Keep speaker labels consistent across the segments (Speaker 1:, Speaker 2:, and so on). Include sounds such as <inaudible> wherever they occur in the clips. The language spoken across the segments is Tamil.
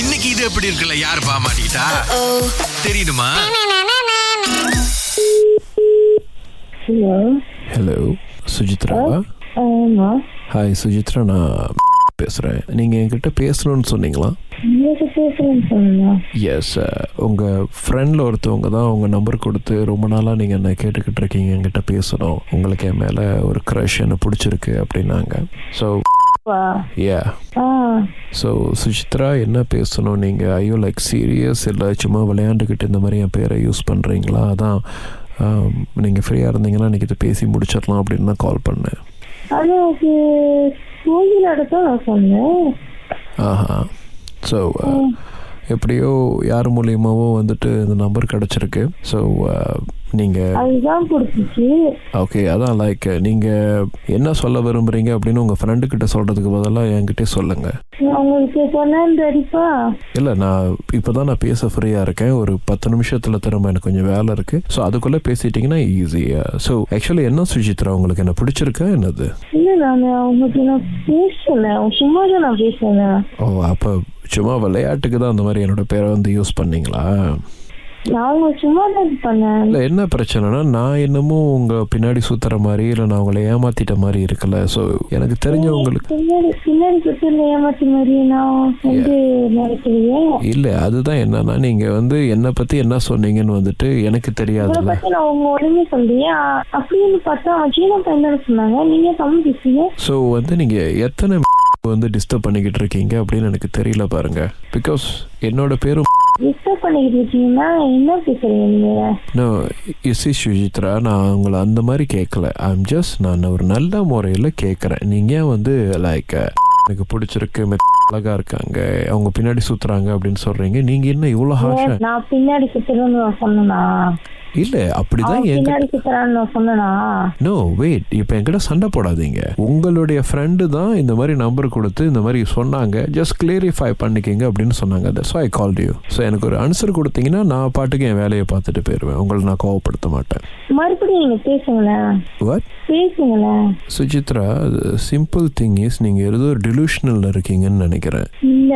Speaker 1: இன்னைக்கு இது எப்படி இருக்குல்ல யார் பாமாட்டா தெரியுமா
Speaker 2: ஹலோ
Speaker 3: ஹலோ சுஜித்ரா
Speaker 2: ஆமா
Speaker 3: ஹாய் சுஜித்ரா நான் பேசுகிறேன் நீங்கள் என்கிட்ட பேசணும்னு சொன்னீங்களா
Speaker 2: உங்களுக்கு பேசலன்னு சொல்லலாம்
Speaker 3: எஸ் உங்கள் ஃப்ரெண்டில் ஒருத்தவங்க தான் உங்கள் நம்பர் கொடுத்து ரொம்ப நாளாக நீங்கள் என்ன கேட்டுக்கிட்டு இருக்கீங்க என்கிட்ட பேசணும் உங்களுக்கு என் மேலே ஒரு க்ரஷ் என்ன பிடிச்சிருக்கு அப்படின்னாங்க ஸோ
Speaker 2: வா
Speaker 3: யா
Speaker 2: ஆ
Speaker 3: ஸோ சுஜித்ரா என்ன பேசணும் நீங்கள் ஐயோ லைக் சீரியஸ் இல்லை சும்மா விளையாண்டுக்கிட்டு இந்த மாதிரி என் பேரை யூஸ் பண்ணுறீங்களா அதான் நீங்கள் ஃப்ரீயாக இருந்தீங்கன்னா இன்றைக்கி இதை பேசி முடிச்சிடலாம் அப்படின்னு தான் கால் பண்ணேன்
Speaker 2: அது எனக்கு கோயிலோட தான் நான் சொன்னேன்
Speaker 3: ஆஹா ஸோ எப்படியோ யார் மூலியமாவோ வந்துட்டு இந்த நம்பர் கிடச்சிருக்கு ஸோ நீங்கள்
Speaker 2: அதுதான் பிடிச்சிச்சு
Speaker 3: ஓகே அதான் லைக் நீங்கள் என்ன சொல்ல விரும்புகிறீங்க அப்படின்னு உங்கள் ஃப்ரெண்டுக்கிட்ட சொல்கிறதுக்கு பதிலாக என்கிட்டே சொல்லுங்கள்
Speaker 2: நான் உங்களுக்கு சொன்னேன்னு அடிப்பா
Speaker 3: இல்லை நான் இப்போ தான் நான் பேச ஃப்ரீயாக இருக்கேன் ஒரு பத்து நிமிஷத்தில் திரும்ப எனக்கு கொஞ்சம் வேலை இருக்குது ஸோ அதுக்குள்ளே பேசிட்டிங்கன்னா ஈஸியாக ஸோ ஆக்சுவலி என்ன சுஜித்ரா உங்களுக்கு என்ன பிடிச்சிருக்கா என்னது
Speaker 2: இல்லை நான் உங்களுக்கு நான் பேசலை சும்மா தான் நான் பேசினேன்
Speaker 3: ஓ அப்போ சும்மா விளையாட்டுக்கு தான் அந்த மாதிரி என்னோட பேரை வந்து யூஸ் பண்ணீங்களா
Speaker 2: நான் உங்களுக்கு சும்மா தான் பண்ணேன்
Speaker 3: இல்லை என்ன பிரச்சனைனா நான் என்னமோ உங்கள் பின்னாடி சுற்றுற மாதிரி இல்லை நான் உங்களை ஏமாத்திட்ட மாதிரி இருக்குல்ல ஸோ எனக்கு தெரிஞ்சவங்களுக்கு
Speaker 2: பின்னாடி பின்னாடி சுத்தில ஏமாத்தி மாதிரி நான் வந்து நினைக்கலையே
Speaker 3: இல்லை அதுதான் என்னன்னா நீங்கள் வந்து என்னை பற்றி என்ன சொன்னீங்கன்னு வந்துட்டு எனக்கு
Speaker 2: உங்களை
Speaker 3: தெரியாதுல்ல
Speaker 2: பத்தி நான் உங்க உடனே சொல்லியே அப்படின்னு பார்த்தா சீனா பையன் சொன்னாங்க நீங்க தமிழ் பேசுறீங்க
Speaker 3: ஸோ வந்து நீங்கள் எத்தனை <laughs> வந்து டிஸ்டர்ப் பண்ணிக்கிட்டு இருக்கீங்க அப்படின்னு எனக்கு தெரியல பாருங்க பிகாஸ் என்னோட பேரும் <laughs>
Speaker 2: டிஸ்டர்ப் பண்ணிக்கிட்டு இருக்கீங்கன்னா என்ன பேசுறீங்க நீங்க
Speaker 3: நான் இசி சுஜித்ரா நான் உங்களை அந்த மாதிரி கேட்கல ஐம் ஜஸ்ட் நான் ஒரு நல்ல முறையில் கேட்குறேன் நீங்கள் வந்து லைக் எனக்கு பிடிச்சிருக்கு மெத் அழகா இருக்காங்க அவங்க பின்னாடி சுத்துறாங்க அப்படின்னு சொல்றீங்க நீங்க என்ன இவ்வளோ ஹாஷா
Speaker 2: நான் பின்னாடி சுத்துறேன்னு நான் சொன்னனா
Speaker 3: இல்ல அப்படிதான்
Speaker 2: அவன்
Speaker 3: எங்க
Speaker 2: பின்னாடி சுத்துறான்னு நான் சொன்னனா
Speaker 3: நோ வெயிட் இப்போ என்கிட்ட சண்டை போடாதீங்க உங்களுடைய ஃப்ரெண்டு தான் இந்த மாதிரி நம்பர் கொடுத்து இந்த மாதிரி சொன்னாங்க ஜஸ்ட் கிளியரிஃபை பண்ணிக்கிங்க அப்படின்னு சொன்னாங்க that's I call you so எனக்கு ஒரு ஆன்சர் கொடுத்தீங்கன்னா நான் பாட்டுக்கு என் வேலையை பார்த்துட்டு போயிடுவேன் உங்களை நான் கோவப்படுத்த மாட்டேன்
Speaker 2: மறுபடியும் நீங்க பேசுங்களேன்
Speaker 3: வாட்
Speaker 2: பேசுங்களேன்
Speaker 3: சுஜித்ரா சிம்பிள் திங் இஸ் நீங்கள் ஏதோ ஒரு டிலூஷனலில் இருக்கீங்கன்னு நினைக்கிறேன்
Speaker 2: இல்ல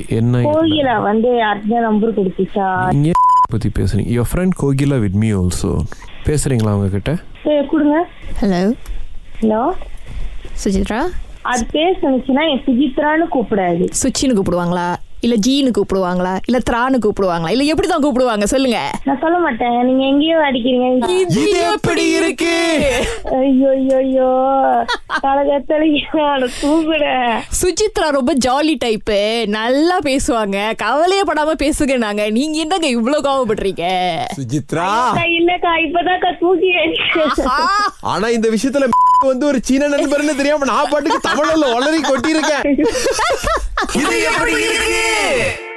Speaker 3: எ- என்ன
Speaker 2: கோகிலா வந்து அடுத்த நம்பர் கொடுத்துச்சா
Speaker 3: நீங்கள் பற்றி பேசுறீங்க your friend Kokila with me also பேசுகிறீங்களா அவங்கக்கிட்ட
Speaker 2: சரி கொடுங்க
Speaker 4: ஹலோ
Speaker 2: ஹலோ
Speaker 4: சுஜித்ரா
Speaker 2: அது பேர் சொன்னுச்சுன்னா என் சுஜித்ரான்னு கூப்பிடாது
Speaker 4: சுச்சின்னு கூப்பிடுவாங்களா இல்ல ஜீனு கூப்பிடுவாங்களா இல்ல த்ரான்னு கூப்பிடுவாங்களா இல்ல எப்படி தான் கூப்பிடுவாங்க சொல்லுங்க
Speaker 2: நான் சொல்ல மாட்டேன் நீங்க எங்கேயோ அடிக்கிறீங்க
Speaker 4: இது எப்படி இருக்கு
Speaker 2: ஐயோ ஐயோ ஐயோ கலகத்தலைக்கு தூங்குறேன்
Speaker 4: சுஜித்ரா ரொம்ப ஜாலி டைப்பு நல்லா பேசுவாங்க கவலையே படாம பேசுங்க நாங்க நீங்க என்னங்க இவ்ளோ கோவப்படுறீங்க
Speaker 5: சுஜித்ரா
Speaker 2: அக்கா, இல்லக்கா இப்பதான்க்கா தூக்கி எழுந்திருச்சேன்.
Speaker 4: ஆ,
Speaker 5: ஆனா இந்த விஷயத்துல <laughs> வந்து ஒரு சீன நண்பர்னு தெரியாம நான் பாட்டுக்கு தமிழ்ல ஒளறி கொட்டி இருக்கேன்
Speaker 1: இது எப்படி இருக்கு